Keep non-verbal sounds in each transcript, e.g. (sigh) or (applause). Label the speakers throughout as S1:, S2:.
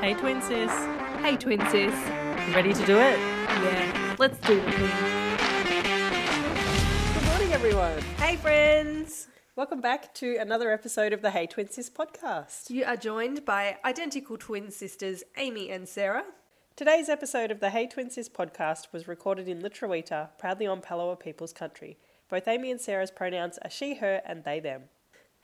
S1: Hey, twin sis.
S2: Hey, twin sis.
S1: Ready to do it?
S2: Yeah, let's do the thing.
S1: Good morning, everyone.
S2: Hey, friends.
S1: Welcome back to another episode of the Hey Twin Sis podcast.
S2: You are joined by identical twin sisters Amy and Sarah.
S1: Today's episode of the Hey Twin Sis podcast was recorded in Litrawita, proudly on Palawa people's country. Both Amy and Sarah's pronouns are she, her, and they, them.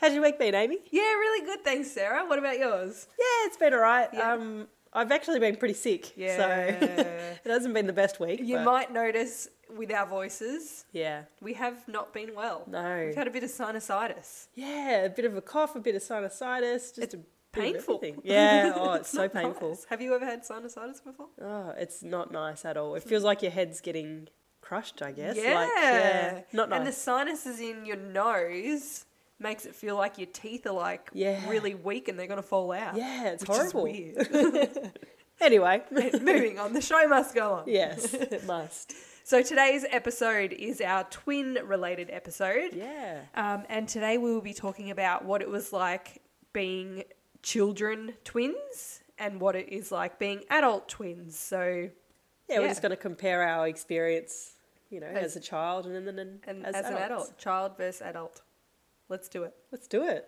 S1: How's your week been, Amy?
S2: Yeah, really good. Thanks, Sarah. What about yours?
S1: Yeah, it's been all right.
S2: Yeah.
S1: Um, I've actually been pretty sick, so
S2: Yeah.
S1: (laughs) it hasn't been the best week.
S2: You
S1: but-
S2: might notice with our voices,
S1: yeah,
S2: we have not been well.
S1: No. (laughs)
S2: We've had a bit of sinusitis.
S1: yeah, a bit of a cough, a bit of sinusitis, just
S2: It's
S1: a bit of
S2: Painful. (laughs)
S1: everything. (laughs) Yeah, oh, it's so
S2: not
S1: painful.
S2: nice. Have you ever had sinusitis before?
S1: Oh, it's not nice at all. It feels like your head's getting crushed, I guess.
S2: yeah.
S1: Like, yeah. Not nice.
S2: And the sinuses in your nose makes it feel like your teeth are like
S1: Yeah.
S2: really weak and they're going to fall out.
S1: yeah, it's
S2: which is
S1: horrible. (laughs)
S2: weird. (laughs)
S1: Anyway.
S2: Moving on, the show must go on.
S1: (laughs) yes, it must.
S2: So today's episode is our twin related episode.
S1: Yeah.
S2: Um, and today we will be talking about what it was like being children twins and what it is like being adult twins. So,
S1: Yeah,
S2: Yeah.
S1: we're just going to compare our experience, you know, as,
S2: As-
S1: a child and then and,
S2: and as, an
S1: adults.
S2: adult, child versus adult. Let's do it.
S1: Let's do it.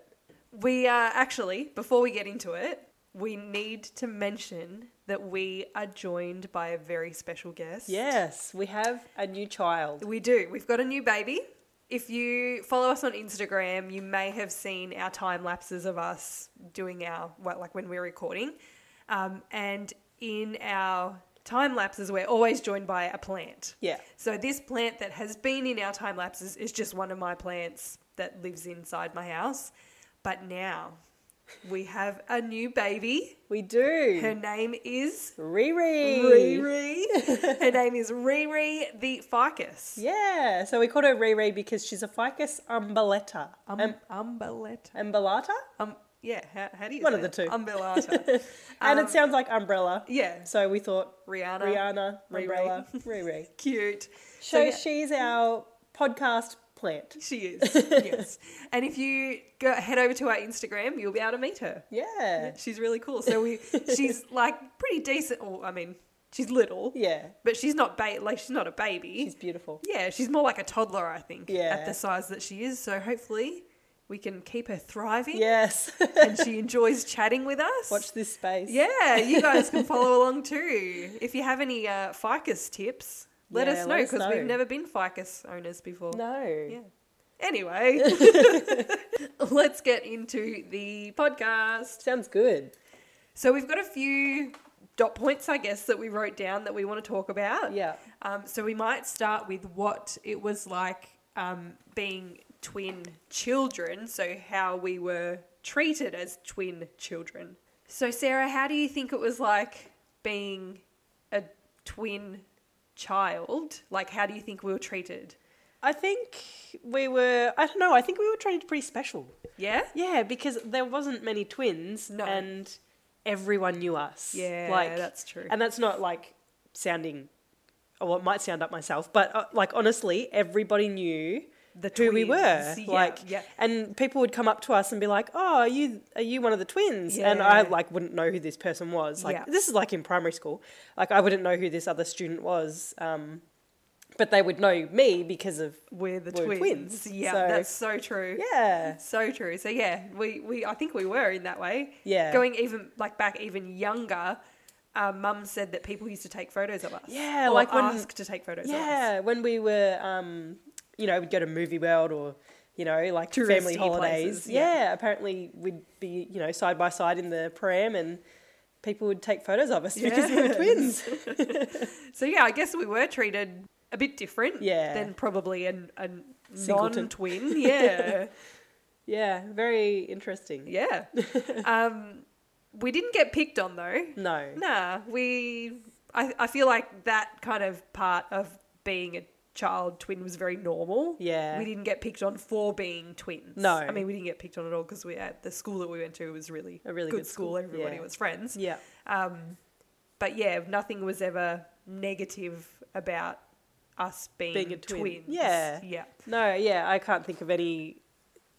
S2: We are actually, before we get into it, we need to mention that we are joined by a very special guest.
S1: Yes, we have a new child.
S2: We do. We've got a new baby. If you follow us on Instagram, you may have seen our time lapses of us doing our, well, like when we're recording. Um, and in our time lapses, we're always joined by a plant.
S1: Yeah.
S2: So this plant that has been in our time lapses is just one of my plants that lives inside my house. But now we have a new baby.
S1: We
S2: Her
S1: do.
S2: name is
S1: Riri.
S2: Riri. Her name is Riri the ficus.
S1: Yeah, so we called her Riri because she's a ficus umbellata.
S2: Um,
S1: Um,
S2: umbellata.
S1: umbellata?
S2: Um, yeah, how, how do you
S1: One
S2: say
S1: of the
S2: it?
S1: two.
S2: Umbellata.
S1: (laughs) And
S2: Um,
S1: it sounds like umbrella.
S2: yeah,
S1: So we thought
S2: Rihanna.
S1: Rihanna,
S2: Riri.
S1: (laughs) umbrella, Riri.
S2: Cute.
S1: So
S2: yeah,
S1: she's our podcast plant. (laughs)
S2: she is. yes. And if you go head over to our Instagram, you'll be able to meet her.
S1: Yeah.
S2: She's really cool.
S1: (laughs)
S2: So we, she's like pretty decent. Or I mean, she's little,
S1: Yeah.
S2: but she's not ba- like she's not a baby.
S1: She's beautiful.
S2: yeah, she's more like a toddler, I think.
S1: Yeah.
S2: At the size that she is, so hopefully we can keep her thriving.
S1: Yes.
S2: And she enjoys chatting with us.
S1: Watch this space. (laughs)
S2: Yeah, you guys can follow along too. If you have any uh, ficus tips, let
S1: Yeah,
S2: us know
S1: let us
S2: because we've
S1: know.
S2: never been ficus owners before.
S1: No.
S2: Yeah.
S1: (laughs)
S2: Anyway, (laughs) let's get into the podcast.
S1: Sounds good.
S2: So we've got a few dot points, I guess, that we wrote down that we want to talk about.
S1: Yeah.
S2: Um, so we might start with what it was like um, being twin children, so how we were treated as twin children. So, Sarah, how do you think it was like being a twin child? Like, how do you think we were treated?
S1: I think we were, I don't know, I think we were treated pretty special.
S2: Yeah?
S1: Yeah, because there wasn't many twins
S2: No.
S1: and everyone knew us.
S2: Yeah, that's true.
S1: And that's not like sounding, or well, it might sound up myself, but uh, like honestly, everybody knew
S2: The
S1: who we were.
S2: twins, yeah,
S1: like,
S2: yeah.
S1: and people would come up to us and be like, "Oh, are you are you one of the twins?" And
S2: Yeah.
S1: I like wouldn't know who this person was. Like
S2: Yeah.
S1: this is like in primary school. Like I wouldn't know who this other student was. Um, but they would know me because of
S2: We're the
S1: We're
S2: twins.
S1: twins,
S2: Yeah,
S1: so-
S2: that's so true.
S1: yeah,
S2: So true. So yeah, we, we I think we were in that way.
S1: Yeah.
S2: Going even like back even younger, uh, Mum said that people used to take photos of us.
S1: Yeah,
S2: Or
S1: like when-
S2: ask to take photos. Of us.
S1: yeah. When we were, um, you know, we'd go to Movie World or you know, like
S2: Touristy
S1: family holidays.
S2: places, yeah.
S1: apparently we'd be you know side by side in the pram and. People would take photos of us because we were
S2: Yes.
S1: twins.
S2: So yeah, I guess we were treated a bit different.
S1: Yeah.
S2: Than probably an a
S1: Singleton. (laughs)
S2: non-twin. Yeah.
S1: Yeah, very interesting. (laughs)
S2: yeah. Um, we didn't get picked on though.
S1: No.
S2: Nah, we. I I feel like that kind of part of being a child twin was very normal.
S1: Yeah.
S2: we didn't get picked on for being twins.
S1: No.
S2: I mean we didn't get picked on at all because we at the school that we went to was really
S1: A really good
S2: school.
S1: school,
S2: Everybody
S1: yeah.
S2: was friends.
S1: Yeah.
S2: Um, but yeah, nothing was ever negative about us being,
S1: Being a twin.
S2: twins.
S1: Yeah.
S2: yeah.
S1: No, yeah, I can't think of any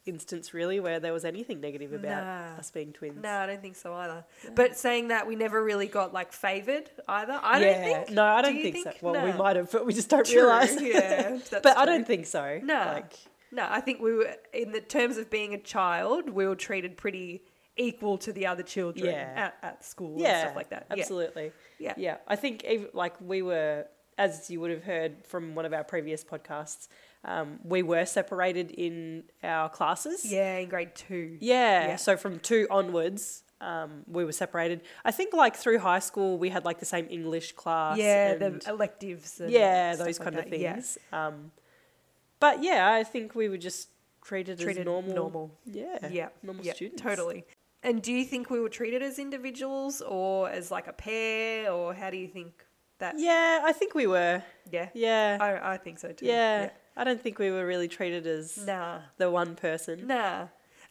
S1: instance really where there was anything negative about
S2: Nah.
S1: us being twins.
S2: No, I don't think so either. But saying that we never really got like favored either. I don't think.
S1: No, I
S2: Do
S1: don't
S2: you
S1: think, so. Well, we
S2: No.
S1: might have, but we just don't
S2: True,
S1: realize.
S2: (laughs) yeah,
S1: (laughs)
S2: that's
S1: but I don't think so.
S2: No.
S1: Like,
S2: No, I think we were in the terms of being a child, we were treated pretty equal to the other children
S1: Yeah.
S2: at, at school
S1: yeah,
S2: and stuff like that. Yeah.
S1: Absolutely.
S2: Yeah.
S1: Yeah. I think even, like we were, as you would have heard from one of our previous podcasts, um, we were separated in our classes.
S2: Yeah, in grade two.
S1: Yeah.
S2: Yeah.
S1: So from two onwards, um, we were separated. I think like through high school, we had like the same English class.
S2: yeah,
S1: and-
S2: the electives. And
S1: yeah,
S2: stuff
S1: those
S2: like
S1: kind of
S2: that. Yeah.
S1: things. Um, but yeah, I think we were just treated,
S2: Treated
S1: as normal.
S2: normal.
S1: Yeah.
S2: Yeah.
S1: Normal
S2: yeah,
S1: students.
S2: Totally. And do you think we were treated as individuals or as like a pair or how do you think that?
S1: Yeah, I think we were.
S2: Yeah.
S1: Yeah.
S2: I, I think so too.
S1: yeah. I don't think we were really treated as
S2: yeah. Nah.
S1: the one person.
S2: Nah.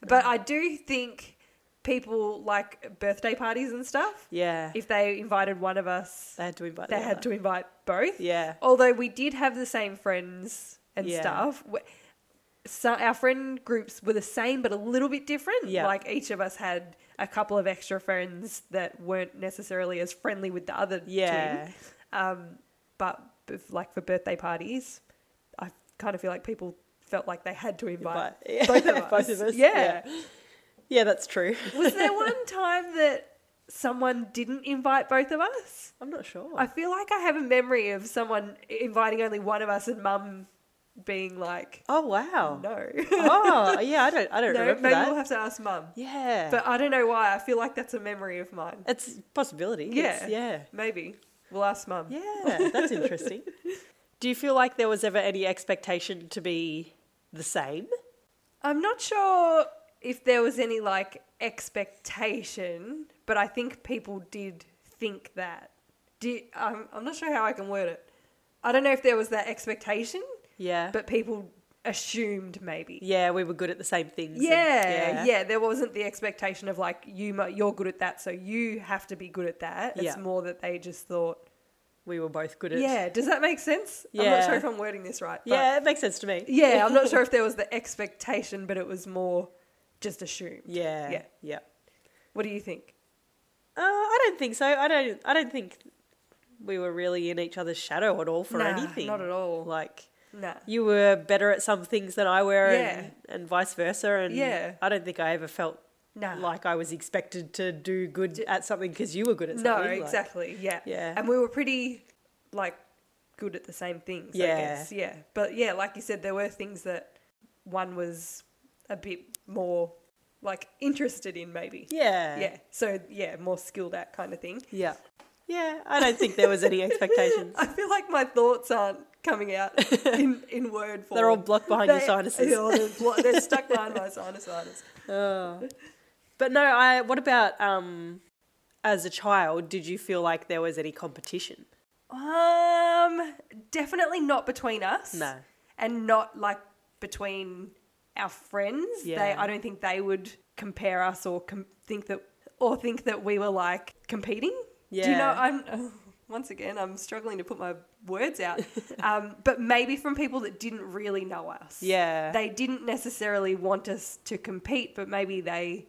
S2: But I do think people like birthday parties and stuff.
S1: Yeah.
S2: If they invited one of us,
S1: they had to invite
S2: they
S1: the
S2: had
S1: other.
S2: to invite both.
S1: Yeah.
S2: Although we did have the same friends and
S1: Yeah.
S2: stuff. We- So our friend groups were the same, but a little bit different.
S1: Yeah.
S2: Like each of us had a couple of extra friends that weren't necessarily as friendly with the other (laughs)
S1: Yeah.
S2: two. Um, but if, like for birthday parties, I kind of feel like people felt like they had to invite.
S1: But- yeah,
S2: both of
S1: (laughs) both of
S2: us.
S1: us.
S2: Yeah.
S1: yeah. Yeah, that's true. (laughs)
S2: Was there one time that someone didn't invite both of us?
S1: I'm not sure.
S2: I feel like I have a memory of someone inviting only one of us and mum being like,
S1: oh wow.
S2: no. (laughs)
S1: oh yeah, I don't I don't
S2: no, maybe
S1: remember that.
S2: we'll have to ask mum.
S1: yeah.
S2: But I don't know why. I feel like that's a memory of mine.
S1: it's a possibility.
S2: Yeah.
S1: It's- yeah.
S2: Maybe. We'll ask mum.
S1: Yeah, that's
S2: (laughs)
S1: interesting. Do you feel like there was ever any expectation to be the same?
S2: I'm not sure if there was any like expectation, but I think people did think that. Did, I'm, I'm not sure how I can word it. I don't know if there was that expectation,
S1: Yeah.
S2: but people assumed maybe.
S1: yeah, we were good at the same things. and-
S2: Yeah, yeah, There wasn't the expectation of like you mu- you're good at that, so you have to be good at that. It's
S1: Yeah.
S2: more that they just thought.
S1: We were both good at
S2: Yeah, does that make sense? I'm not
S1: Yeah.
S2: sure if I'm wording this right. But
S1: Yeah, it makes sense to me.
S2: yeah. I'm not
S1: (laughs)
S2: sure if there was the expectation, but it was more just assumed.
S1: Yeah.
S2: Yeah.
S1: Yeah.
S2: What do you think?
S1: Uh, I don't think so. I don't I don't think we were really in each other's shadow at all for
S2: Nah,
S1: anything.
S2: not at all.
S1: Like
S2: Nah.
S1: you were better at some things than I were and, and vice versa and
S2: Yeah.
S1: I don't think I ever felt
S2: Nah.
S1: like I was expected to do good at something because you were good at
S2: no,
S1: something. like-
S2: exactly. Yeah.
S1: Yeah.
S2: And we were pretty like good at the same things. I
S1: Yeah.
S2: guess. Yeah. But yeah, like you said, there were things that one was a bit more like interested in maybe.
S1: Yeah.
S2: Yeah. So yeah, more skilled at kind of thing.
S1: Yeah. Yeah. I don't think there was
S2: (laughs)
S1: any expectations.
S2: I feel like my thoughts aren't
S1: (laughs)
S2: coming out in, in word form.
S1: They're all blocked behind your
S2: They-
S1: sinuses.
S2: yeah, (laughs) they're, blo-
S1: (laughs)
S2: they're stuck behind my sinusitis.
S1: Oh. But no, I what about um as a child, did you feel like there was any competition?
S2: Um, definitely not between us.
S1: No.
S2: and not like between our friends. They,
S1: Yeah.
S2: I don't think they would compare us or com- think that or think that we were like competing. Do you know?
S1: Yeah.
S2: I'm (laughs) once again I'm struggling to put my
S1: (laughs)
S2: words out, um, but maybe from people that didn't really know us.
S1: Yeah.
S2: They didn't necessarily want us to compete, but maybe they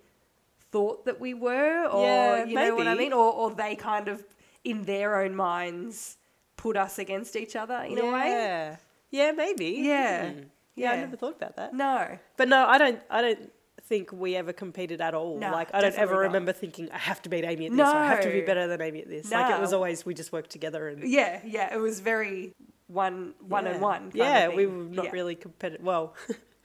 S2: thought that we were, or
S1: Yeah,
S2: you know what I
S1: maybe.
S2: mean, or, or they kind of in their own minds put us against each other in a way.
S1: Yeah. Yeah, maybe.
S2: Yeah.
S1: Hmm. Yeah, I
S2: Yeah.
S1: never thought about that.
S2: No.
S1: But no, I don't I don't think we ever competed at all.
S2: No,
S1: like I don't ever
S2: definitely not.
S1: remember thinking I have to beat Amy at this, or I have to be
S2: No.
S1: better than Amy at this. Like it was
S2: No.
S1: always we just worked together and
S2: Yeah, yeah. It was very one one
S1: yeah.
S2: and one. kind
S1: Yeah,
S2: of
S1: we
S2: thing.
S1: were not
S2: Yeah.
S1: really competitive. Well, (laughs)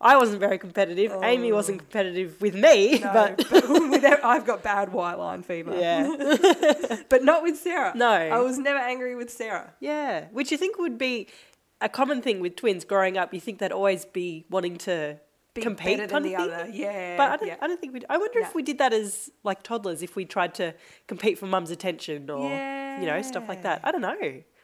S1: I wasn't very competitive. Amy
S2: Oh.
S1: wasn't competitive with me, (laughs)
S2: No,
S1: but
S2: (laughs) but, with her- I've got bad white line fever.
S1: yeah,
S2: But not with Sarah.
S1: No.
S2: I was never angry with Sarah.
S1: yeah. Which you think would be a common thing with twins growing up. You think they'd always be wanting to
S2: Be
S1: compete
S2: better than
S1: kind
S2: the
S1: of thing.
S2: other. Yeah.
S1: But I don't,
S2: yeah.
S1: I don't think we. I wonder
S2: No.
S1: if we did that as like toddlers, if we tried to compete for mum's attention or you know stuff like that. I don't know.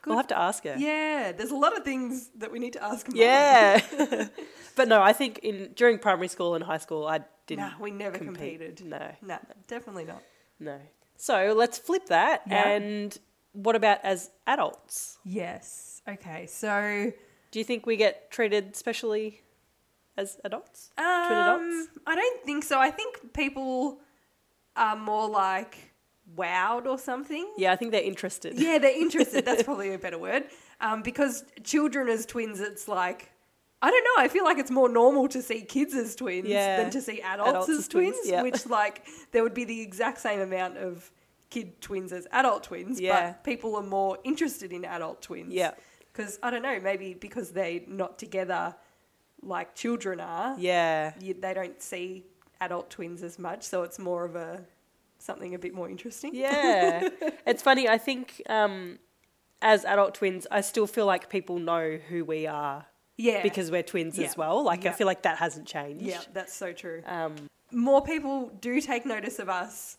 S1: We'll
S2: Good-
S1: have to ask her.
S2: yeah, there's a lot of things that we need to ask Mum.
S1: Yeah. (laughs) but no, I think in during primary school and high school, I didn't.
S2: Nah, we never
S1: compete.
S2: competed.
S1: No.
S2: (laughs) No, definitely not.
S1: No. So let's flip that.
S2: Yeah.
S1: And what about as adults?
S2: Yes. Okay. So
S1: Do you think we get treated specially as adults?
S2: Um,
S1: adults?
S2: I don't think so. I think people are more like wowed or something.
S1: Yeah, I think they're interested.
S2: Yeah, they're
S1: (laughs)
S2: interested. That's probably a better word. Um, because children as twins, it's like, I don't know. I feel like it's more normal to see kids as twins
S1: Yeah.
S2: than to see adults,
S1: Adults
S2: as
S1: as
S2: twins,
S1: twins, yeah.
S2: which, like, there would be the exact same amount of kid twins as adult twins,
S1: Yeah.
S2: but people are more interested in adult twins.
S1: Yeah.
S2: Because, I don't know, maybe because they're not together like children are,
S1: Yeah.
S2: you, they don't see adult twins as much, so it's more of a something a bit more interesting.
S1: Yeah. it's funny, I think um, as adult twins, I still feel like people know who we are
S2: yeah,
S1: because we're twins
S2: Yeah.
S1: as well. Like,
S2: Yeah.
S1: I feel like that hasn't changed.
S2: yeah, that's so true.
S1: Um,
S2: More people do take notice of us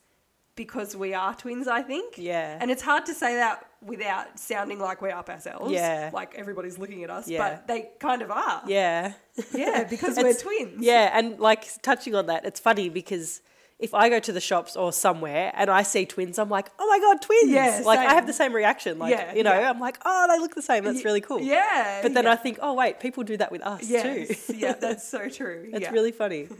S2: because we are twins, I think.
S1: yeah.
S2: And it's hard to say that without sounding like we're up ourselves.
S1: Yeah.
S2: Like everybody's looking at us,
S1: Yeah.
S2: but they kind of are.
S1: yeah.
S2: (laughs) Yeah, because we're
S1: It's-
S2: twins.
S1: Yeah, and like touching on that, it's funny because if I go to the shops or somewhere and I see twins, I'm like, oh my god, twins!
S2: Yeah,
S1: like
S2: same.
S1: I have the same reaction. Like
S2: Yeah,
S1: you know,
S2: yeah.
S1: I'm like, oh, they look the same. That's
S2: Y-
S1: really cool.
S2: Yeah.
S1: But then
S2: yeah.
S1: I think, oh wait, people do that with us too.
S2: Yes, (laughs) yeah, that's so true.
S1: That's
S2: yeah.
S1: really
S2: (laughs)
S1: funny. (laughs)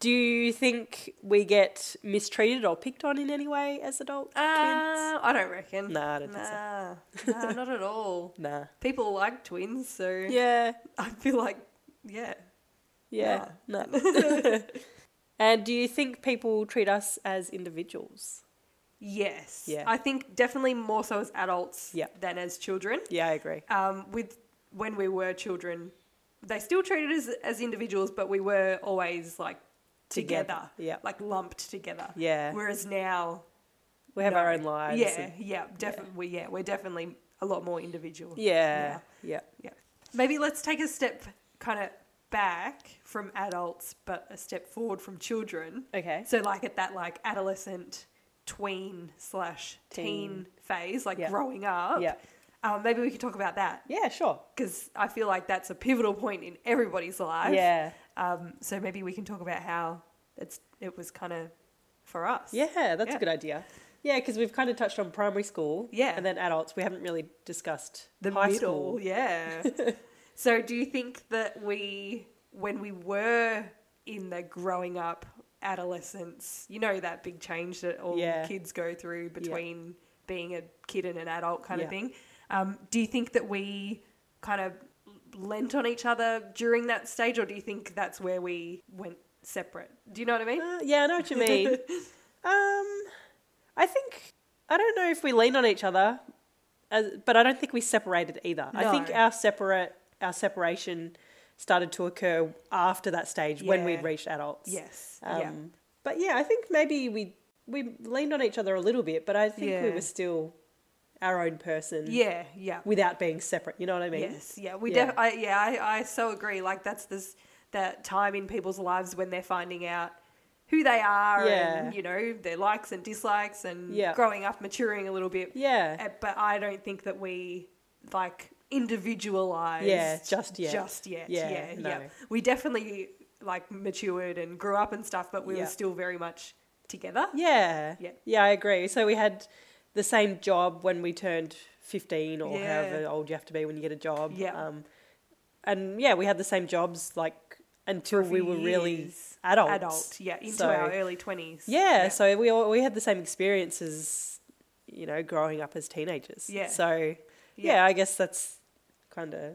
S1: do you think we get mistreated or picked on in any way as adult
S2: Uh, I don't reckon.
S1: twins? Nah, I don't think so.
S2: Nah, nah, not at all.
S1: Nah.
S2: People like twins, so
S1: Yeah.
S2: (laughs) I feel like, yeah.
S1: Yeah. No.
S2: (laughs)
S1: (laughs) and do you think people treat us as individuals?
S2: Yes.
S1: Yeah.
S2: I think definitely more so as adults
S1: Yeah.
S2: than as children.
S1: Yeah, I agree.
S2: Um, with when we were children, they still treated us as individuals, but we were always like together,
S1: Together, yeah.
S2: like lumped together.
S1: Yeah.
S2: Whereas now,
S1: We have our
S2: no.
S1: own lives.
S2: Yeah,
S1: and-
S2: yeah, definitely. Yeah. we're definitely a lot more individual.
S1: yeah. Yeah.
S2: Yeah. Maybe let's take a step kind of back from adults, but a step forward from children.
S1: Okay.
S2: So like at that like adolescent, tween slash teen,
S1: Teen.
S2: phase, like
S1: Yeah.
S2: growing up.
S1: Yeah.
S2: Um, maybe we could talk about that
S1: Yeah, sure.
S2: because I feel like that's a pivotal point in everybody's life.
S1: Yeah.
S2: Um, so maybe we can talk about how it's it was kind of for us.
S1: Yeah, that's
S2: Yeah.
S1: a good idea. Yeah, because we've kind of touched on primary school.
S2: Yeah.
S1: And then adults. We haven't really discussed
S2: the
S1: high
S2: middle,
S1: school. (laughs)
S2: yeah. so, do you think that we, when we were in the growing up adolescence, you know that big change that all
S1: Yeah.
S2: kids go through between being a kid and an adult kind of
S1: Yeah.
S2: thing? Um, do you think that we kind of lent on each other during that stage, or do you think that's where we went separate? Do you know what I mean?
S1: Uh, yeah, I know what you
S2: (laughs)
S1: mean. um, I think I don't know if we lean on each other, as, but I don't think we separated either. I think
S2: No.
S1: our separate our separation started to occur after that stage when
S2: Yeah.
S1: we'd reached adults.
S2: Yes.
S1: Um,
S2: yeah.
S1: But yeah, I think maybe we we leaned on each other a little bit, but I think we
S2: Yeah.
S1: were still our own person.
S2: Yeah. Yeah.
S1: Without being separate, you know what I mean?
S2: Yes, yeah, we
S1: Yeah.
S2: def I, yeah, I, I so agree. Like that's this that time in people's lives when they're finding out who they are
S1: Yeah.
S2: and you know their likes and dislikes and
S1: Yeah.
S2: growing up, maturing a little bit.
S1: Yeah.
S2: Uh, But I don't think that we like individualized.
S1: Yeah, just yet.
S2: Just yet. Yeah,
S1: Yeah,
S2: yeah.
S1: no.
S2: We definitely like matured and grew up and stuff, but we
S1: Yeah.
S2: were still very much together.
S1: Yeah.
S2: Yeah.
S1: I agree. So we had the same job when we turned 15 or
S2: Yeah.
S1: however old you have to be when you get a job.
S2: Yeah.
S1: Um, and yeah, we had the same jobs like until
S2: For
S1: we were really
S2: years.
S1: adults.
S2: Adult, yeah, into
S1: So-
S2: our early twenties.
S1: Yeah, so we all, we had the same experiences, you know, growing up as teenagers.
S2: Yeah.
S1: So yeah, I guess that's kind of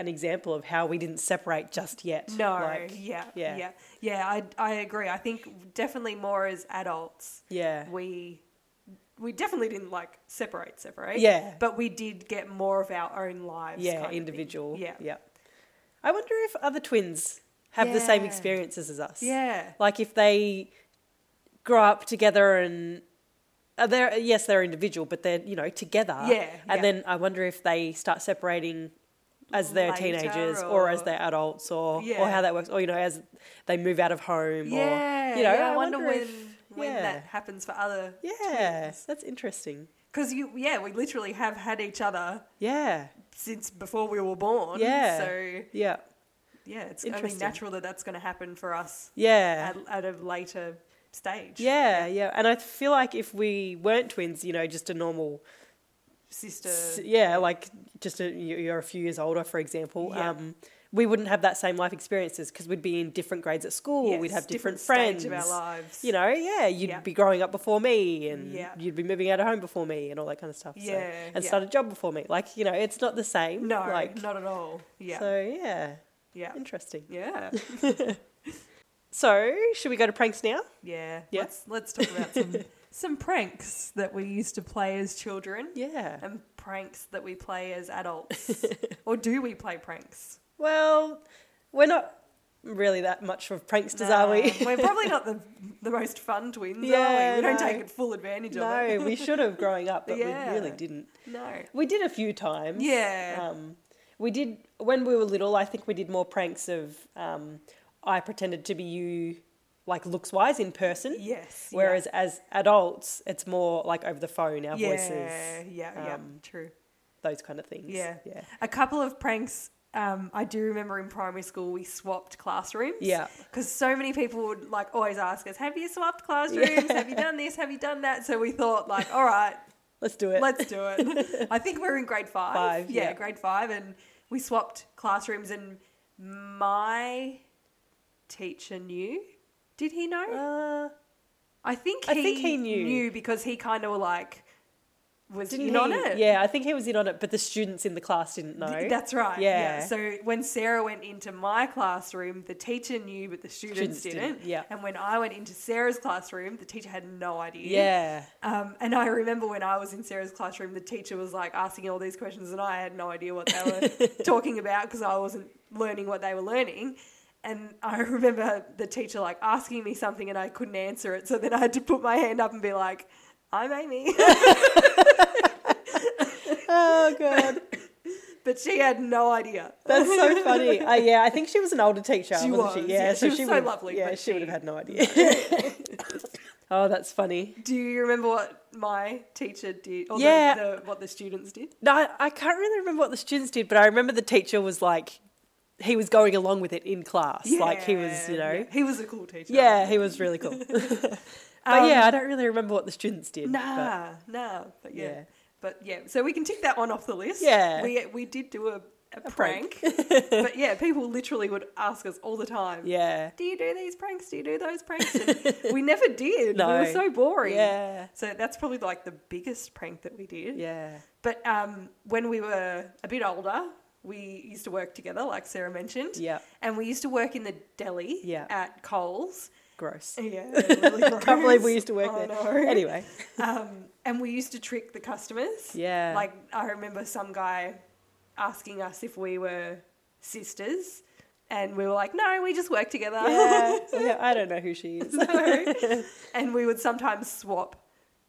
S1: an example of how we didn't separate just yet. (laughs)
S2: No,
S1: Like,
S2: yeah, yeah,
S1: yeah.
S2: yeah, I I agree. I think definitely more as adults,
S1: yeah.
S2: we we definitely didn't like separate, separate.
S1: Yeah.
S2: but we did get more of our own lives. kind
S1: yeah,
S2: of thing.
S1: individual.
S2: Yeah,
S1: Yeah. I wonder if other twins have the same
S2: Yeah.
S1: experiences as us.
S2: yeah,
S1: Like if they grow up together and are they yes, they're individual, but they're, you know, together.
S2: Yeah,
S1: And
S2: yeah.
S1: then I wonder if they start separating as they're
S2: Later
S1: teenagers or,
S2: or-
S1: as they're adults or
S2: Yeah.
S1: or how that works. Or, you know, as they move out of home
S2: yeah.
S1: or you know,
S2: yeah, I, wonder, when
S1: if-
S2: when
S1: yeah.
S2: that happens for other.
S1: Yeah. That's interesting.
S2: because you yeah, we literally have had each other
S1: Yeah.
S2: since before we were born.
S1: Yeah.
S2: so
S1: Yeah.
S2: yeah, it's only
S1: Interesting.
S2: natural that that's going to happen for us
S1: Yeah.
S2: at, at a later stage.
S1: Yeah, yeah. And I feel like if we weren't twins, you know, just a normal,
S2: sister.
S1: s yeah, like just a, you- you're a few years older, for example,
S2: Yeah.
S1: um, we wouldn't have that same life experiences because we'd be in different grades at school. we'd
S2: Yes,
S1: have different, friends.
S2: stage of our lives.
S1: You know, yeah, you'd
S2: Yeah.
S1: be growing up before me, and
S2: Yeah.
S1: you'd be moving out of home before me, and all that kind of stuff. so,
S2: Yeah,
S1: and
S2: yeah.
S1: start a job before me. Like you know, it's not the same.
S2: No,
S1: like
S2: not at all. Yeah.
S1: so, yeah,
S2: yeah.
S1: interesting.
S2: Yeah.
S1: (laughs) So, should we go to pranks now?
S2: Yeah.
S1: Yeah.
S2: Let's let's talk about
S1: (laughs)
S2: some some pranks that we used to play as children
S1: Yeah.
S2: and pranks that we play as adults. (laughs) or do we play pranks?
S1: Well, we're not really that much of pranksters, are we? (laughs)
S2: Nah, We're probably not the the most fun twins, are
S1: Yeah,
S2: we? We don't
S1: no.
S2: take it full advantage of it.
S1: no, we should have growing up, but
S2: Yeah.
S1: we really didn't.
S2: No.
S1: We did a few times.
S2: Yeah.
S1: Um, we did when we were little. I think we did more pranks of um, I pretended to be you, like looks wise in person.
S2: Yes. yeah.
S1: Whereas as adults, it's more like over the phone, our
S2: yeah,
S1: voices,
S2: Yeah, yeah,
S1: um,
S2: true.
S1: those kind of things.
S2: Yeah.
S1: Yeah.
S2: A couple of pranks um, I do remember in primary school we swapped classrooms.
S1: Yeah.
S2: Because so many people would like always ask us, "Have you swapped classrooms? Have you done this? Have you done that?" So we thought, like, all right,
S1: Let's do it.
S2: let's do it. (laughs) I think we we're in grade five.
S1: Five,
S2: yeah,
S1: yeah.
S2: grade five, and we swapped classrooms, and my teacher knew. Did he know?
S1: Uh,
S2: I think he
S1: I think he knew.
S2: because he kind of like was
S1: didn't
S2: in
S1: he?
S2: on it.
S1: Yeah, I think he was in on it, but the students in the class didn't know.
S2: Th- That's right. Yeah.
S1: Yeah.
S2: So when Sarah went into my classroom, the teacher knew, but the students,
S1: Students
S2: didn't.
S1: didn't, yeah.
S2: And when I went into Sarah's classroom, the teacher had no idea.
S1: yeah.
S2: Um, and I remember when I was in Sarah's classroom, the teacher was like asking all these questions, and I had no idea
S1: (laughs)
S2: what they were talking about because I wasn't learning what they were learning. And I (laughs) remember the teacher like asking me something, and I couldn't answer it. So then I had to put my hand up and be like, "I'm Amy," (laughs)
S1: Oh god.
S2: but she had no idea.
S1: That's
S2: (laughs)
S1: so funny. Uh, yeah, I think she was an older teacher,
S2: She
S1: wasn't
S2: was,
S1: she? Yeah,
S2: yeah, she was so
S1: would've-
S2: lovely,
S1: Yeah,
S2: but
S1: she would have
S2: she- (laughs)
S1: had no idea. oh, that's funny.
S2: Do you remember what my teacher did? Or
S1: Yeah.
S2: The, the, what the students did?
S1: No, I, I can't really remember what the students did, but I remember the teacher was like, he was going along with it in class. Like he was, you know.
S2: Yeah, He was a cool teacher.
S1: Yeah, he was really
S2: (laughs)
S1: cool. but
S2: Um,
S1: yeah, I don't really remember what the students did. but-
S2: Nah, nah. But yeah.
S1: Yeah.
S2: But yeah, so we can tick that one off the list.
S1: Yeah.
S2: We, we did do a, a, prank.
S1: prank. (laughs)
S2: but yeah, people literally would ask us all the time.
S1: yeah.
S2: Do you do these pranks? Do you do those
S1: (laughs)
S2: pranks? And we never did. We were
S1: No.
S2: so boring.
S1: Yeah.
S2: So that's probably like the biggest prank that we did.
S1: Yeah.
S2: But um, when we were a bit older, we used to work together, like Sarah mentioned.
S1: Yeah.
S2: And we used to work in the deli
S1: Yeah.
S2: at Coles. (laughs)
S1: Gross. (laughs)
S2: Yeah. Really
S1: I can't believe we used to work there.
S2: I know.
S1: Anyway.
S2: Um, and we used to trick the customers.
S1: Yeah.
S2: Like, I remember some guy asking us if we were sisters. And we were like, no, we just work together. (laughs)
S1: yeah. yeah. I don't know who she is.
S2: No. and we would sometimes swap.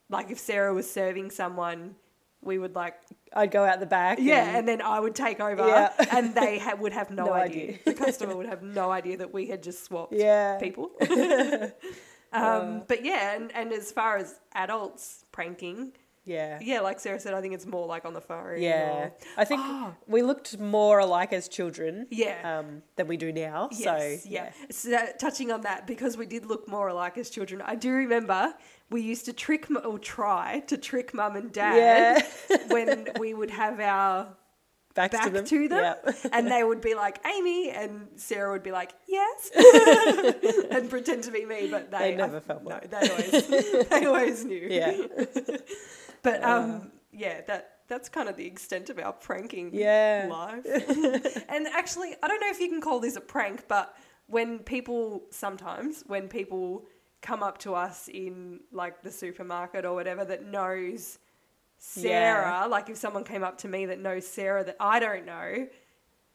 S2: Like, if Sarah was serving someone, we would like
S1: I'd go out the back.
S2: Yeah, and then I would take over,
S1: Yeah.
S2: and they ha- would have no,
S1: No
S2: idea.
S1: idea.
S2: The customer would have no idea that we had just swapped
S1: yeah.
S2: people.
S1: (laughs)
S2: (laughs) um, but yeah, and, and as far as adults pranking,
S1: Yeah.
S2: yeah, like Sarah said, I think it's more like on the phone.
S1: Yeah.
S2: or-
S1: I think
S2: Oh.
S1: we looked more alike as children
S2: yeah.
S1: um, than we do now.
S2: Yes,
S1: so,
S2: yeah. So that, touching on that, because we did look more alike as children, I do remember we used to trick mu- or try to trick mum and dad (laughs) when we would have our
S1: (laughs) Back,
S2: back
S1: to them. Yeah.
S2: and they would be like Amy, and Sarah would be like
S1: (laughs)
S2: yes, and pretend to be me, but they,
S1: They never felt
S2: no,
S1: like-
S2: they always they always knew.
S1: (laughs)
S2: (laughs)
S1: Yeah.
S2: but um, yeah, that that's kind of the extent of our pranking
S1: Yeah.
S2: life. and actually, I don't know if you can call this a prank, but when people sometimes when people come up to us in like the supermarket or whatever that knows Sarah, like if someone came up to me that knows Sarah that I don't know,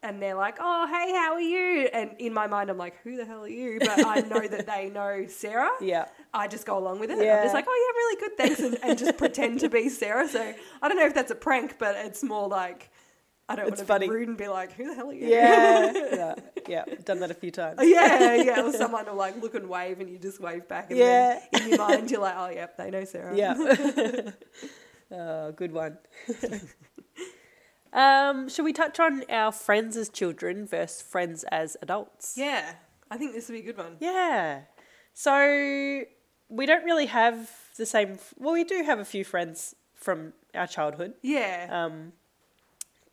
S2: and they're like, "Oh, hey, how are you?" and in my mind, I'm like, "Who the hell are you?" But I know that they know Sarah.
S1: Yeah.
S2: I just go along with it. I'm
S1: Yeah.
S2: just like, "Oh yeah, really good, thanks," and, and just pretend
S1: (laughs)
S2: to be Sarah. So I don't know if that's a prank, but it's more like I don't
S1: It's
S2: want to be
S1: funny.
S2: rude and be like, "Who the hell are you?" (laughs) Oh,
S1: Yeah. yeah. Yeah. Done that a few times.
S2: yeah, yeah. Or someone will like look and wave, and you just wave back. And
S1: Yeah.
S2: then in your mind, you're like, "Oh, yep, they know Sarah."
S1: Yeah. (laughs) oh, good
S2: (laughs)
S1: one. um, should we touch on our friends as children versus friends as adults?
S2: yeah. I think this would be a good one.
S1: Yeah. So we don't really have the same. Well, we do have a few friends from our childhood,
S2: Yeah.
S1: um,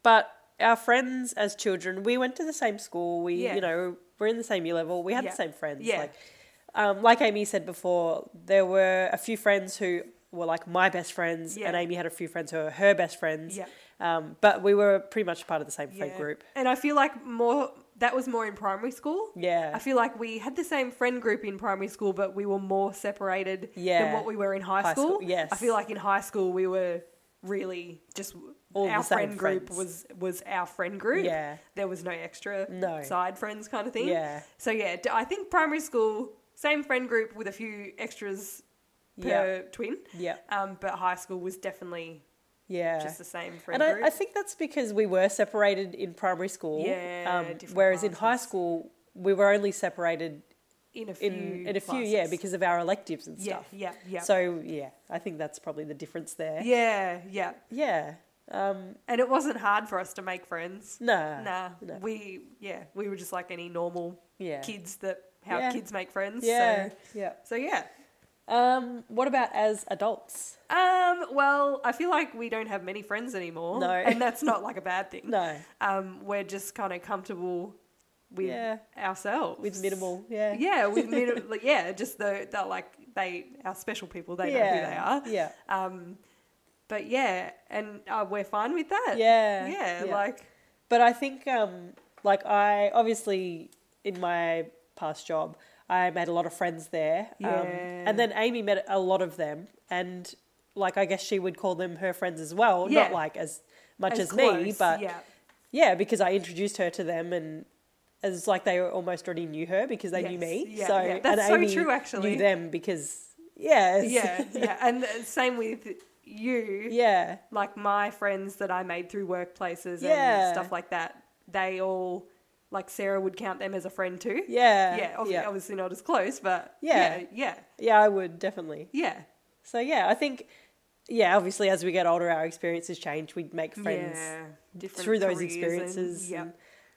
S1: but our friends as children, we went to the same school. We,
S2: Yeah.
S1: you know, we're in the same year level. We had
S2: Yeah.
S1: the same friends.
S2: Yeah.
S1: Like, um, like Amy said before, there were a few friends who were like my best friends,
S2: Yeah.
S1: and Amy had a few friends who were her best friends.
S2: Yeah.
S1: Um, but we were pretty much part of the same friend
S2: Yeah.
S1: group.
S2: And I feel like more that was more in primary school.
S1: Yeah.
S2: I feel like we had the same friend group in primary school, but we were more separated
S1: Yeah.
S2: than what we were in high,
S1: High
S2: school.
S1: school, yes.
S2: I feel like in high school we were really just
S1: All
S2: our
S1: the same
S2: friend group
S1: friends.
S2: was was our friend group.
S1: Yeah.
S2: There was no extra
S1: No.
S2: side friends kind of thing.
S1: Yeah.
S2: So yeah, d- I think primary school same friend group with a few extras per
S1: Yeah.
S2: twin.
S1: Yeah.
S2: Um, but high school was definitely
S1: Yeah.
S2: just the same friend
S1: and I,
S2: group.
S1: I think that's because we were separated in primary school.
S2: Yeah,
S1: um,
S2: different
S1: whereas in high
S2: classes.
S1: school, we were only separated
S2: in a few
S1: in, in a few, yeah,
S2: classes.
S1: because of our electives and
S2: yeah,
S1: stuff.
S2: yeah, yeah.
S1: So, yeah, I think that's probably the difference there.
S2: Yeah, yeah.
S1: Yeah. Um,
S2: And it wasn't hard for us to make friends.
S1: nah.
S2: nah.
S1: no.
S2: We yeah, we were just like any normal
S1: Yeah.
S2: kids that how
S1: Yeah.
S2: kids make friends.
S1: Yeah.
S2: So
S1: Yeah.
S2: so yeah.
S1: Um, what about as adults?
S2: Um, well, I feel like we don't have many friends anymore.
S1: No.
S2: And that's not like a bad thing.
S1: (laughs) No.
S2: Um, we're just kind of comfortable with
S1: Yeah.
S2: ourselves.
S1: With minimal. Yeah. (laughs)
S2: Yeah, with minimal like, yeah, just the, the like they our special people, they know who they are.
S1: Yeah.
S2: Um but yeah, and uh, we're fine with that.
S1: Yeah,
S2: Yeah,
S1: yeah.
S2: like
S1: But I think, um, like, I obviously in my past job, I made a lot of friends there.
S2: Yeah.
S1: Um, and then Amy met a lot of them. And, like, I guess she would call them her friends as well.
S2: Yeah.
S1: Not, like, as much as, me,
S2: close,
S1: but
S2: yeah.
S1: yeah, because I introduced her to them and. It's like they almost already knew her because they knew
S2: Yes,
S1: me.
S2: yeah,
S1: so
S2: yeah. That's
S1: and
S2: so
S1: Amy
S2: true, actually.
S1: Knew them because yeah, (laughs) it's-
S2: yeah, yeah, and the same with you.
S1: yeah,
S2: Like my friends that I made through workplaces
S1: Yeah.
S2: and stuff like that, they all like Sarah would count them as a friend too.
S1: yeah,
S2: yeah, obvi-
S1: yeah.
S2: obviously not as close, but
S1: Yeah.
S2: yeah, yeah,
S1: Yeah, I would definitely.
S2: yeah.
S1: So yeah, I think yeah, obviously as we get older, our experiences change. We make friends
S2: Yeah, different
S1: through those
S2: careers and-
S1: experiences.
S2: yeah,
S1: and,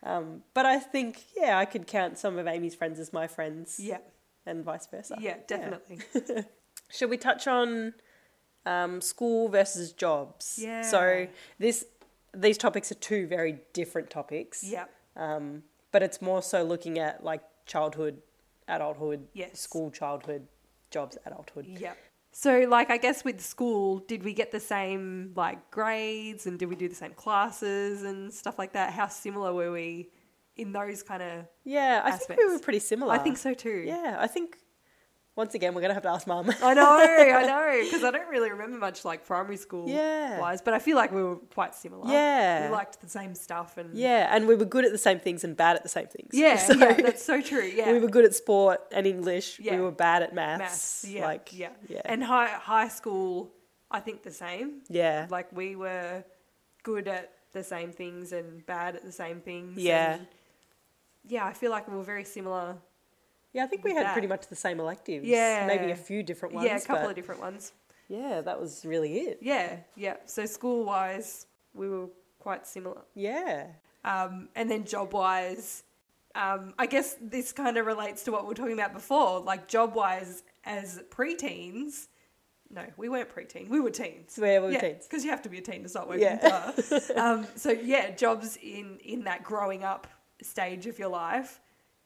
S1: um, but I think yeah, I could count some of Amy's friends as my friends,
S2: yeah,
S1: and vice versa.
S2: yeah,
S1: (laughs)
S2: definitely.
S1: Should we touch on um, school versus jobs?
S2: Yeah.
S1: So this these topics are two very different topics.
S2: Yeah,
S1: Um, but it's more so looking at like childhood, adulthood,
S2: Yes.
S1: school, childhood, jobs, adulthood.
S2: yeah. So, like, I guess with school, did we get the same like grades and did we do the same classes and stuff like that? How similar were we in those kind of
S1: Yeah, I think we
S2: Aspects.
S1: were pretty similar.
S2: I think so too.
S1: Yeah, I think once again we're gonna have to ask mum.
S2: I know, I know, because I don't really remember much like primary school
S1: Yeah.
S2: wise, but I feel like we were quite similar.
S1: Yeah.
S2: we liked the same stuff
S1: (laughs)
S2: and
S1: yeah, and we were good at the same things and bad at the same things. (laughs)
S2: yeah,
S1: So,
S2: yeah, that's so true. Yeah,
S1: we were good at sport and English.
S2: Yeah.
S1: We were bad at maths.
S2: maths, yeah,
S1: like
S2: yeah,
S1: yeah,
S2: and high high school, I think the same.
S1: yeah,
S2: Like we were good at the same things and bad at the same things.
S1: Yeah.
S2: and yeah, I feel like we were very similar.
S1: yeah. I think we
S2: with
S1: had
S2: that.
S1: pretty much the same electives.
S2: Yeah.
S1: maybe a few different ones.
S2: yeah, a couple
S1: but
S2: of different ones.
S1: Yeah, that was really it.
S2: Yeah, yeah. So school wise, we were quite similar.
S1: Yeah,
S2: Um, and then job wise, um, I guess this kind of relates to what we were talking about before. Like job wise, as preteens, no, we weren't preteen. We were teens.
S1: so yeah, we were teens.
S2: because you have to be a teen to start working.
S1: Yeah. (laughs)
S2: duh. um, so yeah, jobs in in that growing up stage of your life,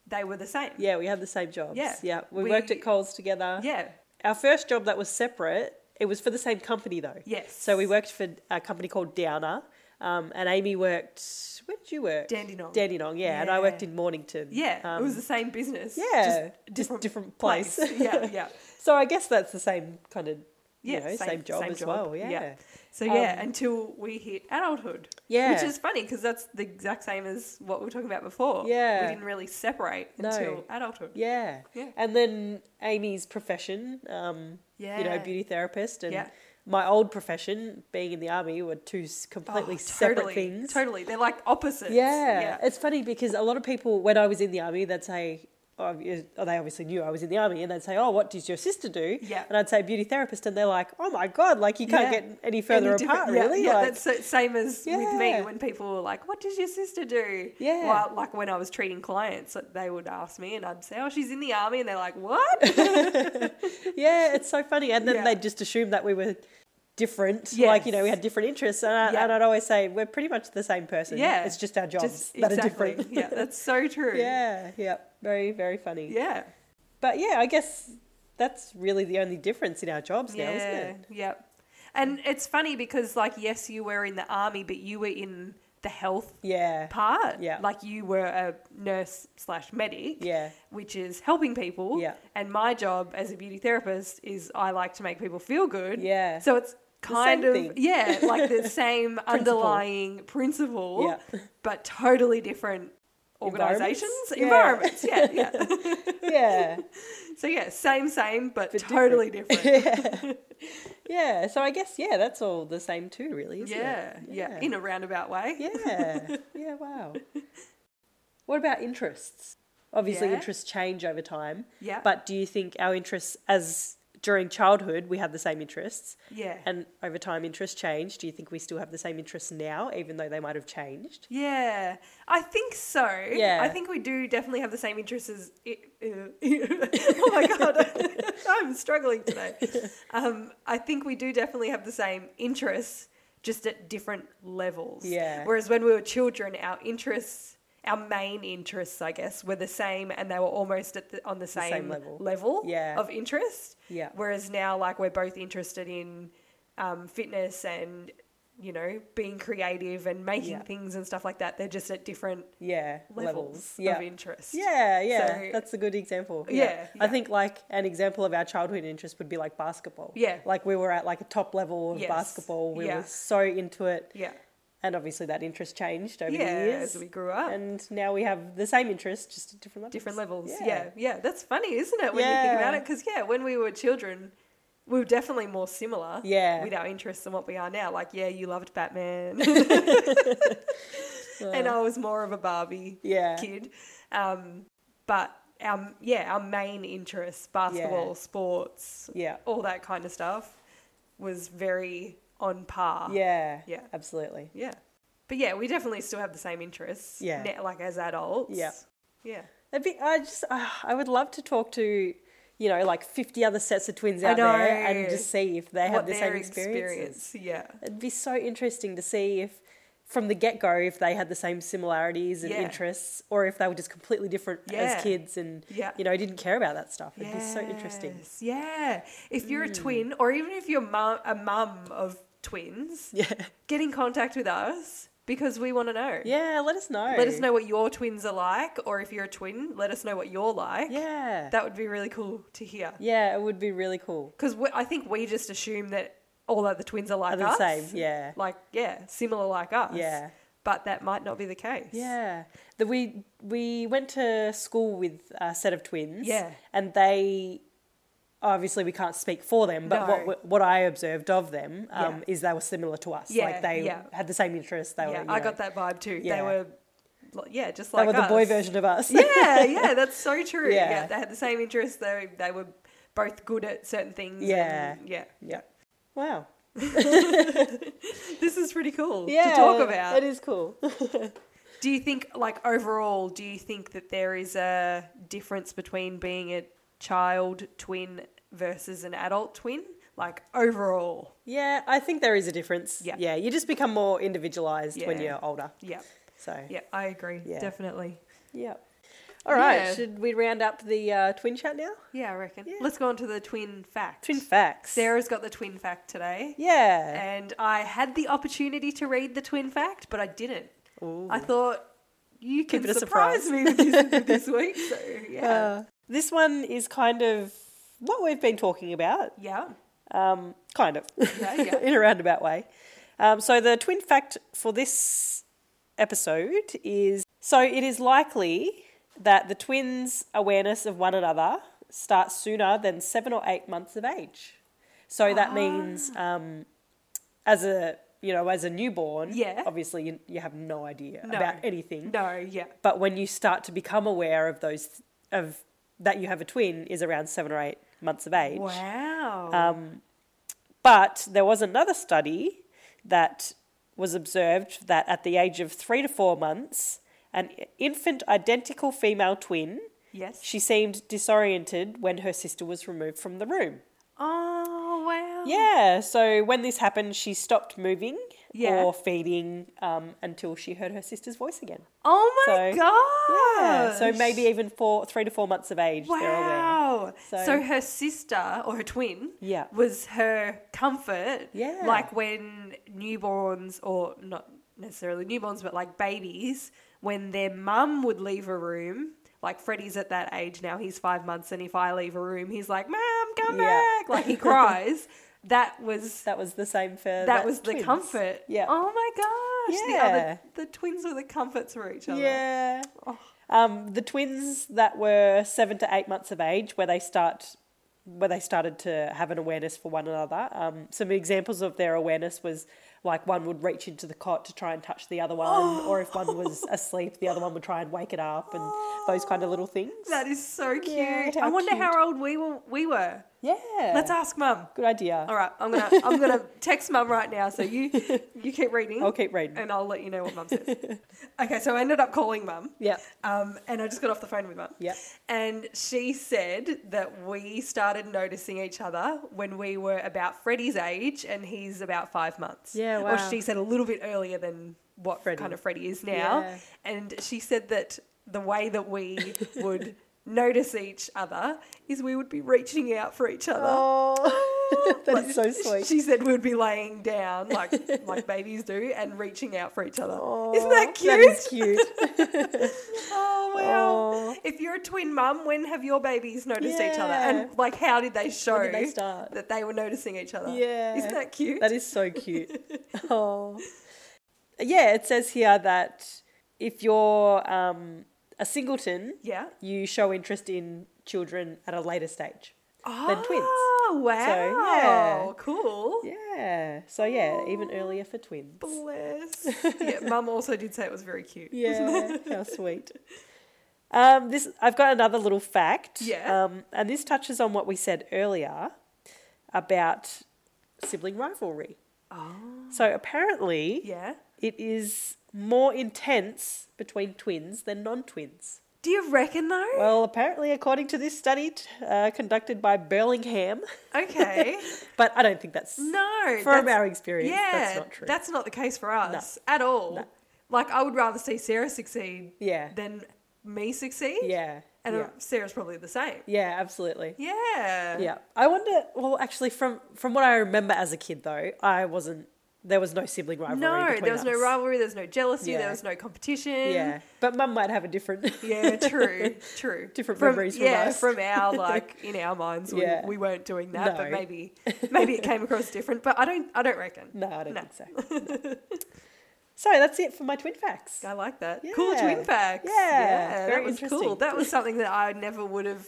S2: they were the same.
S1: Yeah, we had the same jobs.
S2: Yeah.
S1: yeah. We,
S2: We-
S1: worked at Coles together.
S2: Yeah.
S1: Our first job that was separate, it was for the same company though.
S2: Yes.
S1: So we worked for a company called Downer, um, and Amy worked. Where did you work?
S2: Dandenong.
S1: Dandenong, yeah, and I
S2: Yeah.
S1: worked in Mornington.
S2: Yeah, it
S1: Um,
S2: was the same business.
S1: yeah,
S2: just
S1: just
S2: different
S1: different place.
S2: place. yeah, yeah.
S1: (laughs) so I guess that's the same kind of you
S2: Yeah,
S1: know, same,
S2: same-
S1: job
S2: same
S1: as
S2: job,
S1: well. Yeah.
S2: yeah.
S1: yeah,
S2: So yeah,
S1: Um,
S2: until we hit adulthood.
S1: Yeah.
S2: Which is funny because that's the exact same as what we were talking about before.
S1: Yeah.
S2: We didn't really separate
S1: No.
S2: until adulthood. Yeah.
S1: And then Amy's profession, um, you know,
S2: Yeah.
S1: beauty therapist, and
S2: Yeah.
S1: my old profession, being in the army, were two s- completely
S2: Oh,
S1: separate
S2: totally,
S1: things.
S2: Totally. They're like opposites.
S1: Yeah.
S2: Yeah.
S1: It's funny because a lot of people, when I was in the army, they'd say, oh, you- oh, they obviously knew I was in the army, and they'd say, oh, what does your sister do?
S2: Yeah.
S1: And I'd say, beauty therapist. And they're like, oh my God, like you can't
S2: Yeah.
S1: get any
S2: Any
S1: further
S2: different-
S1: apart,
S2: yeah,
S1: really.
S2: Yeah,
S1: like,
S2: that's so, same as with
S1: Yeah.
S2: me when people were like, "What does your sister do?"
S1: Yeah.
S2: Well, like when I was treating clients, uh, they would ask me, and I'd say, "Oh, she's in the army," and they're like, "What?"
S1: yeah, it's so funny. And then
S2: Yeah.
S1: they'd just assume that we were different.
S2: Yes.
S1: Like, you know, we had different interests. And, I,
S2: Yeah.
S1: and I'd always say, we're pretty much the same person.
S2: Yeah.
S1: It's just our jobs
S2: Just-
S1: that
S2: exactly.
S1: are different.
S2: yeah,
S1: (laughs)
S2: that's so true.
S1: yeah. Yeah. Very, very funny.
S2: Yeah.
S1: But yeah, I guess that's really the only difference in our jobs now, isn't it?
S2: Yep. And it's funny because, like, yes, you were in the army, but you were in the health
S1: Yeah.
S2: part.
S1: Yeah.
S2: Like, you were a nurse slash medic,
S1: Yeah.
S2: which is helping people.
S1: Yeah.
S2: And my job as a beauty therapist is I like to make people feel good.
S1: Yeah.
S2: So it's kind
S1: same
S2: of,
S1: thing.
S2: yeah, like
S1: (laughs)
S2: the same underlying principle,
S1: Yeah.
S2: but totally different
S1: Environments?
S2: organizations,
S1: Yeah.
S2: environments. Yeah. yeah.
S1: (laughs)
S2: (laughs)
S1: Yeah.
S2: so, yeah, same, same, but,
S1: But (laughs)
S2: totally different.
S1: yeah. Yeah. So I guess, yeah, that's all the same too, really, isn't
S2: yeah,
S1: it?
S2: yeah, in a roundabout way.
S1: (laughs) Yeah. Yeah. Wow. What about interests? Obviously,
S2: Yeah.
S1: interests change over time.
S2: (laughs) Yeah.
S1: But do you think our interests, as during childhood, we had the same interests,
S2: yeah,
S1: and over time interests change? Do you think we still have the same interests now, even though they might have changed?
S2: yeah. I think so.
S1: Yeah.
S2: I think we do definitely have the same interests as. i- (laughs) uh, oh my god, (laughs) I'm struggling
S1: (laughs)
S2: today. Um, I think we do definitely have the same interests, just at different levels.
S1: Yeah.
S2: Whereas when we were children, our interests. Our main interests, I guess, were the same, and they were almost at the, on the same,
S1: same level. Yeah.
S2: yeah. of interest.
S1: Yeah.
S2: Whereas now, like, we're both interested in um, fitness and, you know, being creative and making
S1: Yeah.
S2: things and stuff like that. They're just at different
S1: Yeah.
S2: levels,
S1: Yeah.
S2: of interest.
S1: Yeah, yeah,
S2: So-
S1: that's a good example.
S2: Yeah,
S1: I
S2: yeah.
S1: think like an example of our childhood interest would be like basketball.
S2: Yeah.
S1: like we were at like a top level of
S2: Yes.
S1: basketball. We
S2: Yeah.
S1: were so into it,
S2: Yeah.
S1: and obviously that interest changed over
S2: Yeah.
S1: the years.
S2: As we grew up,
S1: and now we have the same interest, just at different levels.
S2: different levels. Yeah. yeah. That's funny, isn't it, when you
S1: Yeah.
S2: think about it? Because, yeah, when we were children, we were definitely more similar
S1: Yeah.
S2: with our interests than what we are now. Like, yeah, you loved
S1: (laughs)
S2: Batman, (laughs) and
S1: Uh,
S2: I was more of a Barbie.
S1: yeah,
S2: kid. Um, but our yeah, our main interests, basketball,
S1: Yeah.
S2: sports,
S1: yeah,
S2: all that kind of stuff, was very on par.
S1: yeah,
S2: Yeah.
S1: absolutely.
S2: Yeah. But yeah, we definitely still have the same interests.
S1: Yeah.
S2: ne- like as adults.
S1: Yeah.
S2: Yeah.
S1: It'd be, I just, ah, I would love to talk to, you know, like fifty other sets of twins
S2: I
S1: out there and
S2: know.
S1: just see if they have the same
S2: their
S1: experiences.
S2: experience. Yeah.
S1: It'd be so interesting to see if, from the get go, if they had the same similarities and
S2: Yeah.
S1: interests, or if they were just completely different
S2: Yeah.
S1: as kids and
S2: Yeah.
S1: you know didn't care about that stuff. It'd be so interesting. Mm.
S2: Yes, Yeah. If you're a twin, or even if you're mu- a mum of twins,
S1: Yeah, (laughs)
S2: get in contact with us because we want to know.
S1: yeah. Let us know.
S2: Let us know what your twins are like, or if you're a twin, let us know what you're like.
S1: Yeah,
S2: That would be really cool to hear.
S1: yeah. It would be really cool.
S2: Because I think we just assume that all other twins are like
S1: Are the
S2: us.
S1: same. Yeah,
S2: Like, yeah, similar like us.
S1: yeah,
S2: But that might not be the case.
S1: yeah. That we we went to school with a set of twins.
S2: Yeah.
S1: and they. Obviously, we can't speak for them, but
S2: No.
S1: what what I observed of them um,
S2: Yeah.
S1: is they were similar to us.
S2: Yeah,
S1: like they
S2: yeah.
S1: had the same interests. They were,
S2: Yeah,
S1: you
S2: I
S1: know,
S2: got that vibe too. They
S1: Yeah.
S2: were, like, yeah, just
S1: They
S2: like
S1: were the
S2: us.
S1: boy version of us.
S2: yeah, yeah, that's so true.
S1: Yeah.
S2: Yeah. they had the same interests. They, they were both good at certain things.
S1: Yeah.
S2: and yeah.
S1: (laughs) yeah. Wow.
S2: This is pretty cool to talk about.
S1: It is cool.
S2: Do you think, like overall, do you think that there is a difference between being a child twin versus an adult twin? Like overall,
S1: yeah, I think there is a difference.
S2: Yeah.
S1: Yeah, you just become more individualized when
S2: Yeah.
S1: you're older.
S2: yeah,
S1: So, yeah.
S2: yeah, I agree,
S1: Yeah.
S2: definitely.
S1: All right,
S2: Yeah.
S1: should we round up the uh, twin chat now?
S2: Yeah, I reckon.
S1: Yeah.
S2: Let's go on to the twin fact.
S1: Twin facts.
S2: Sarah's got the twin fact today,
S1: Yeah.
S2: and I had the opportunity to read the twin fact, but I didn't.
S1: Ooh.
S2: I thought you can
S1: Keep it a
S2: surprise,
S1: surprise.
S2: me with this, with this
S1: (laughs)
S2: week, so yeah,
S1: Uh, this one is kind of what we've been talking about,
S2: yeah,
S1: um, kind of,
S2: (laughs) Yeah, yeah.
S1: (laughs) in a roundabout way. Um, so, the twin fact for this episode is so it is likely that the twins' awareness of one another starts sooner than seven or eight months of age. So
S2: Ah.
S1: that means um, as a you know as a newborn,
S2: Yeah.
S1: obviously you, you have no idea
S2: No.
S1: about anything.
S2: no, yeah,
S1: But when you start to become aware of those of that you have a twin is around seven or eight months of age.
S2: wow,
S1: Um, but there was another study that was observed that at the age of three to four months, an infant identical female twin,
S2: yes,
S1: she seemed disoriented when her sister was removed from the room.
S2: Oh wow! Wow.
S1: Yeah, so when this happened, she stopped moving
S2: Yeah.
S1: or feeding um, until she heard her sister's voice again.
S2: Oh my
S1: So, Yeah,
S2: god.
S1: so maybe even four, three to four months of age, they're aware.
S2: Wow. So,
S1: So-
S2: her sister or her twin
S1: Yeah.
S2: was her comfort.
S1: Yeah.
S2: Like when newborns or not necessarily newborns, but like babies, when their mum would leave a room, like Freddie's at that age now, he's five months, and if I leave a room, he's like, Mom, come
S1: Yeah. (laughs)
S2: back. Like he cries. that was
S1: That was the same for
S2: that, was the
S1: twins.
S2: comfort.
S1: Yeah.
S2: Oh my gosh.
S1: Yeah.
S2: The other the twins were the comforts for each other.
S1: Yeah.
S2: Oh.
S1: Um, the twins that were seven to eight months of age, where they start, where they started to have an awareness for one another. Um, some examples of their awareness was like one would reach into the cot to try and touch the other one,
S2: Oh.
S1: or if one
S2: (laughs)
S1: was asleep, the other one would try and wake it up, and those kind of little things.
S2: Oh. That is so cute.
S1: Yeah,
S2: I
S1: how
S2: wonder
S1: cute.
S2: how old we were. We were.
S1: yeah.
S2: Let's ask mum.
S1: good idea.
S2: All right, I'm gonna
S1: (laughs)
S2: I'm gonna text mum right now. So you you keep reading.
S1: I'll keep reading.
S2: And I'll let you know what mum says.
S1: (laughs)
S2: okay, so I ended up calling mum. (laughs)
S1: Yeah.
S2: Um, and I just got off the phone with mum.
S1: Yep.
S2: And she said that we started noticing each other when we were about Freddie's age, and he's about five months.
S1: Yeah,
S2: Or
S1: wow.
S2: she said a little bit earlier than what
S1: Freddie.
S2: kind of Freddie is now.
S1: Yeah.
S2: And she said that the way that we
S1: (laughs)
S2: would notice each other is we would be reaching out for each other.
S1: Oh, (laughs) that
S2: (laughs)
S1: is so
S2: Like,
S1: sweet.
S2: She said we'd be laying down like (laughs) like babies do and reaching out for each other. Isn't that cute?
S1: That is cute.
S2: (laughs) Oh wow!
S1: Aw.
S2: If you're a twin mum, when have your babies noticed each other? And
S1: Yeah.
S2: like, how did they show
S1: did they start?
S2: that they were noticing each other?
S1: Yeah.
S2: isn't that cute?
S1: That is so cute. (laughs) oh. Yeah, it says here that if you're um, a singleton,
S2: yeah.
S1: you show interest in children at a later stage. than twins.
S2: Oh wow!
S1: yeah.
S2: Cool.
S1: Yeah. So, yeah, even earlier for twins. (laughs)
S2: Bless. yeah, mum also did say it was very cute.
S1: Yeah, how sweet. Um, this I've got another little fact.
S2: Yeah.
S1: Um, and this touches on what we said earlier about sibling rivalry.
S2: Oh.
S1: So apparently,
S2: Yeah.
S1: it is more intense between twins than non-twins.
S2: Do you reckon though?
S1: Well, apparently, according to this study t- uh, conducted by Burlingham, (laughs)
S2: okay.
S1: but I don't think that's
S2: No.
S1: from
S2: that's-
S1: our experience. that's not true.
S2: That's not the case for us at all.
S1: No.
S2: Like, I would rather see Sarah succeed
S1: yeah,
S2: than me succeed.
S1: yeah,
S2: And
S1: yeah,
S2: uh, Sarah's probably the same.
S1: yeah, absolutely.
S2: Yeah.
S1: Yeah, I wonder. Well, actually, from from what I remember as a kid, though, I wasn't. There was no sibling rivalry.
S2: No,
S1: between
S2: there was no
S1: us.
S2: rivalry, there was no jealousy, there
S1: Yeah.
S2: was no competition.
S1: Yeah, but Mum might have a different.
S2: Yeah, true, true.
S1: Different memories from
S2: yeah,
S1: us. (laughs)
S2: from our like in our minds, we,
S1: Yeah.
S2: we weren't doing that, but
S1: No. (laughs)
S2: maybe maybe it came across different. But I don't, I don't reckon.
S1: (laughs) no, I don't
S2: No.
S1: think so.
S2: (laughs)
S1: No. so that's it for my twin facts.
S2: I like that. Cool twin
S1: Yeah.
S2: facts.
S1: Yeah,
S2: yeah
S1: very
S2: that was cool.
S1: interesting.
S2: That
S1: (laughs)
S2: was something that I never would have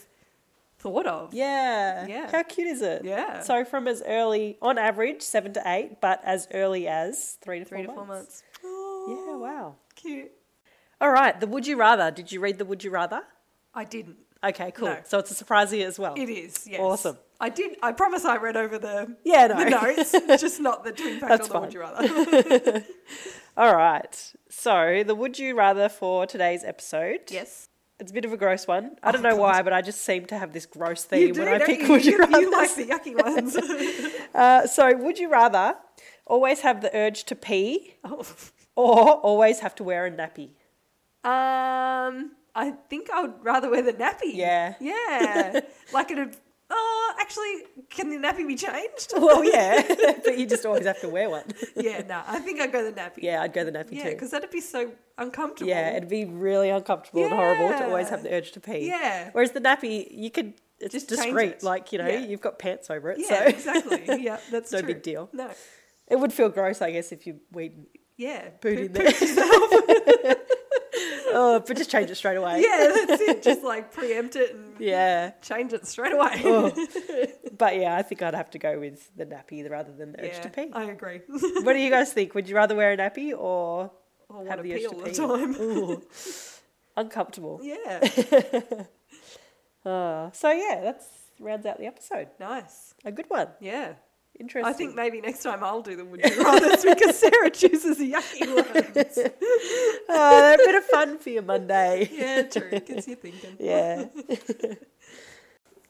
S2: thought of.
S1: Yeah.
S2: Yeah.
S1: How cute is it?
S2: Yeah.
S1: So from as early, on average, seven to eight, but as early as three to
S2: three to
S1: four
S2: four
S1: months.
S2: months. Oh,
S1: Yeah. Wow.
S2: Cute.
S1: All right. The Would You Rather. Did you read the Would You Rather?
S2: I didn't.
S1: Okay. Cool.
S2: No.
S1: So it's a surprise here as well.
S2: It is. Yes.
S1: Awesome.
S2: I did. I promise I read over the,
S1: Yeah. No.
S2: the
S1: (laughs)
S2: notes, just not the twin fact
S1: That's
S2: or the would
S1: fine.
S2: you
S1: (laughs)
S2: rather.
S1: All right. So the Would You Rather for today's episode.
S2: yes.
S1: It's a bit of a gross one. I don't
S2: Oh,
S1: know
S2: God.
S1: why, but I just seem to have this gross theme
S2: You do,
S1: when I
S2: don't
S1: pick
S2: you?
S1: Would (laughs) You
S2: you,
S1: Rather.
S2: (laughs) you like the yucky ones.
S1: (laughs) uh, so would you rather always have the urge to pee
S2: oh.
S1: or always have to wear a nappy?
S2: Um, I think I would rather wear the nappy.
S1: Yeah. (laughs)
S2: Yeah. like it'd. Oh, actually, can the nappy be changed? (laughs)
S1: Well, yeah, but you just always have to wear one.
S2: yeah, no, I think I'd go the
S1: (laughs)
S2: nappy.
S1: Yeah, I'd go the nappy
S2: Yeah,
S1: too.
S2: because that'd be so uncomfortable.
S1: Yeah, it'd be really uncomfortable and horrible to always
S2: Yeah.
S1: have the urge to pee.
S2: Yeah.
S1: Whereas the nappy, you could it's
S2: Just
S1: just
S2: change
S1: discreet.
S2: it.
S1: Like you know,
S2: Yeah.
S1: you've got pants over it,
S2: Yeah,
S1: so (laughs)
S2: exactly. Yeah, that's
S1: No
S2: true.
S1: big deal.
S2: No.
S1: it would feel gross, I guess, if you weed
S2: Yeah.
S1: pooed
S2: poo-
S1: in there. (laughs) oh, but just change it straight away.
S2: Yeah,
S1: (laughs)
S2: that's it. Just like preempt it and
S1: Yeah.
S2: change it straight away. (laughs)
S1: Oh. but yeah, I think I'd have to go with the nappy rather than the urge
S2: yeah,
S1: to pee.
S2: I agree. (laughs) Oh,
S1: What do you guys think? Would you rather wear a nappy or
S2: Or
S1: have
S2: want
S1: the
S2: to pee
S1: urge
S2: all
S1: to
S2: the
S1: pee?
S2: time. (laughs)
S1: Ooh. uncomfortable?
S2: Yeah.
S1: (laughs) Uh, so yeah, that's rounds out the episode.
S2: Nice.
S1: A good one.
S2: Yeah.
S1: Interesting. (laughs)
S2: I think maybe next time I'll do the would you (laughs) rather because Sarah chooses the
S1: (laughs)
S2: yucky ones.
S1: oh, they're a bit
S2: (laughs)
S1: of fun for your Monday.
S2: Yeah, true. Gets you thinking.
S1: Yeah.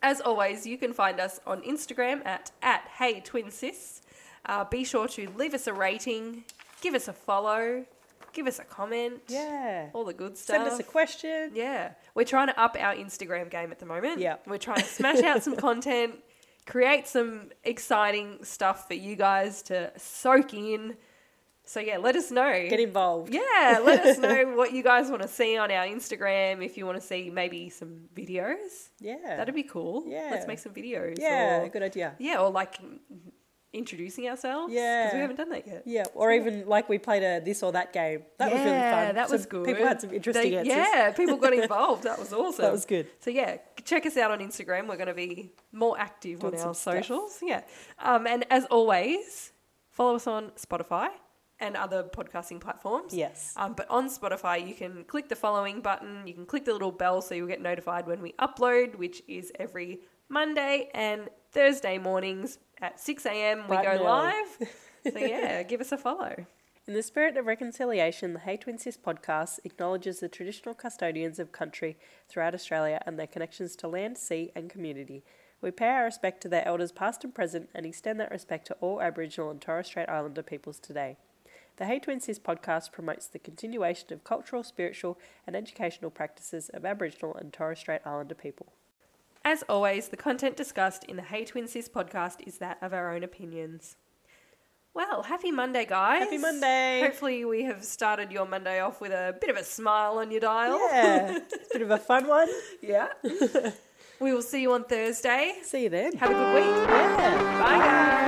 S2: As always, you can find us on Instagram at, at Hey Twin Sis. Uh, be sure to leave us a rating, give us a follow, give us a comment.
S1: Yeah.
S2: All the good stuff.
S1: Send us a question.
S2: Yeah. We're trying to up our Instagram game at the moment.
S1: Yeah.
S2: We're trying to smash
S1: (laughs)
S2: out some content, create some exciting stuff for you guys to soak in. So, yeah, let us know.
S1: Get involved.
S2: (laughs) Yeah, let
S1: (laughs)
S2: us know what you guys want to see on our Instagram. If you want to see maybe some videos,
S1: Yeah.
S2: that'd be cool.
S1: Yeah.
S2: let's make some videos.
S1: yeah,
S2: or,
S1: good idea.
S2: yeah, or like introducing ourselves. because
S1: Yeah.
S2: we haven't done that yet.
S1: Yeah, or even like we played a this or that game. That was really
S2: Yeah,
S1: fun.
S2: That
S1: Some
S2: was good.
S1: People had some interesting
S2: They-
S1: answers.
S2: Yeah, people
S1: (laughs)
S2: got involved. That was awesome.
S1: That was good.
S2: So yeah, check us out on Instagram. We're going to be more active
S1: Doing
S2: on
S1: some
S2: our
S1: stuff.
S2: socials. Yeah, um, and as always, follow us on Spotify and other podcasting platforms.
S1: Yes.
S2: Um, but on Spotify, you can click the following button. You can click the little bell so you'll get notified when we upload, which is every Monday and Thursday mornings at 6 a.m. We
S1: Bright and
S2: go
S1: early. (laughs)
S2: live. So yeah, give us a follow.
S1: In the spirit of reconciliation, the Hey Twin Sis podcast acknowledges the traditional custodians of country throughout Australia and their connections to land, sea, and community. We pay our respect to their elders past and present and extend that respect to all Aboriginal and Torres Strait Islander peoples today. The Hey Twin Sis podcast promotes the continuation of cultural, spiritual, and educational practices of Aboriginal and Torres Strait Islander people.
S2: As always, the content discussed in the Hey Twin Sis podcast is that of our own opinions. Well, happy Monday, guys.
S1: Happy Monday.
S2: Hopefully, we have started your Monday off with a bit of a smile on your dial.
S1: Yeah, it's a (laughs) bit of a fun one.
S2: (laughs) Yeah. we will see you on Thursday.
S1: See you then.
S2: Have a good week.
S1: Yeah.
S2: Bye, guys.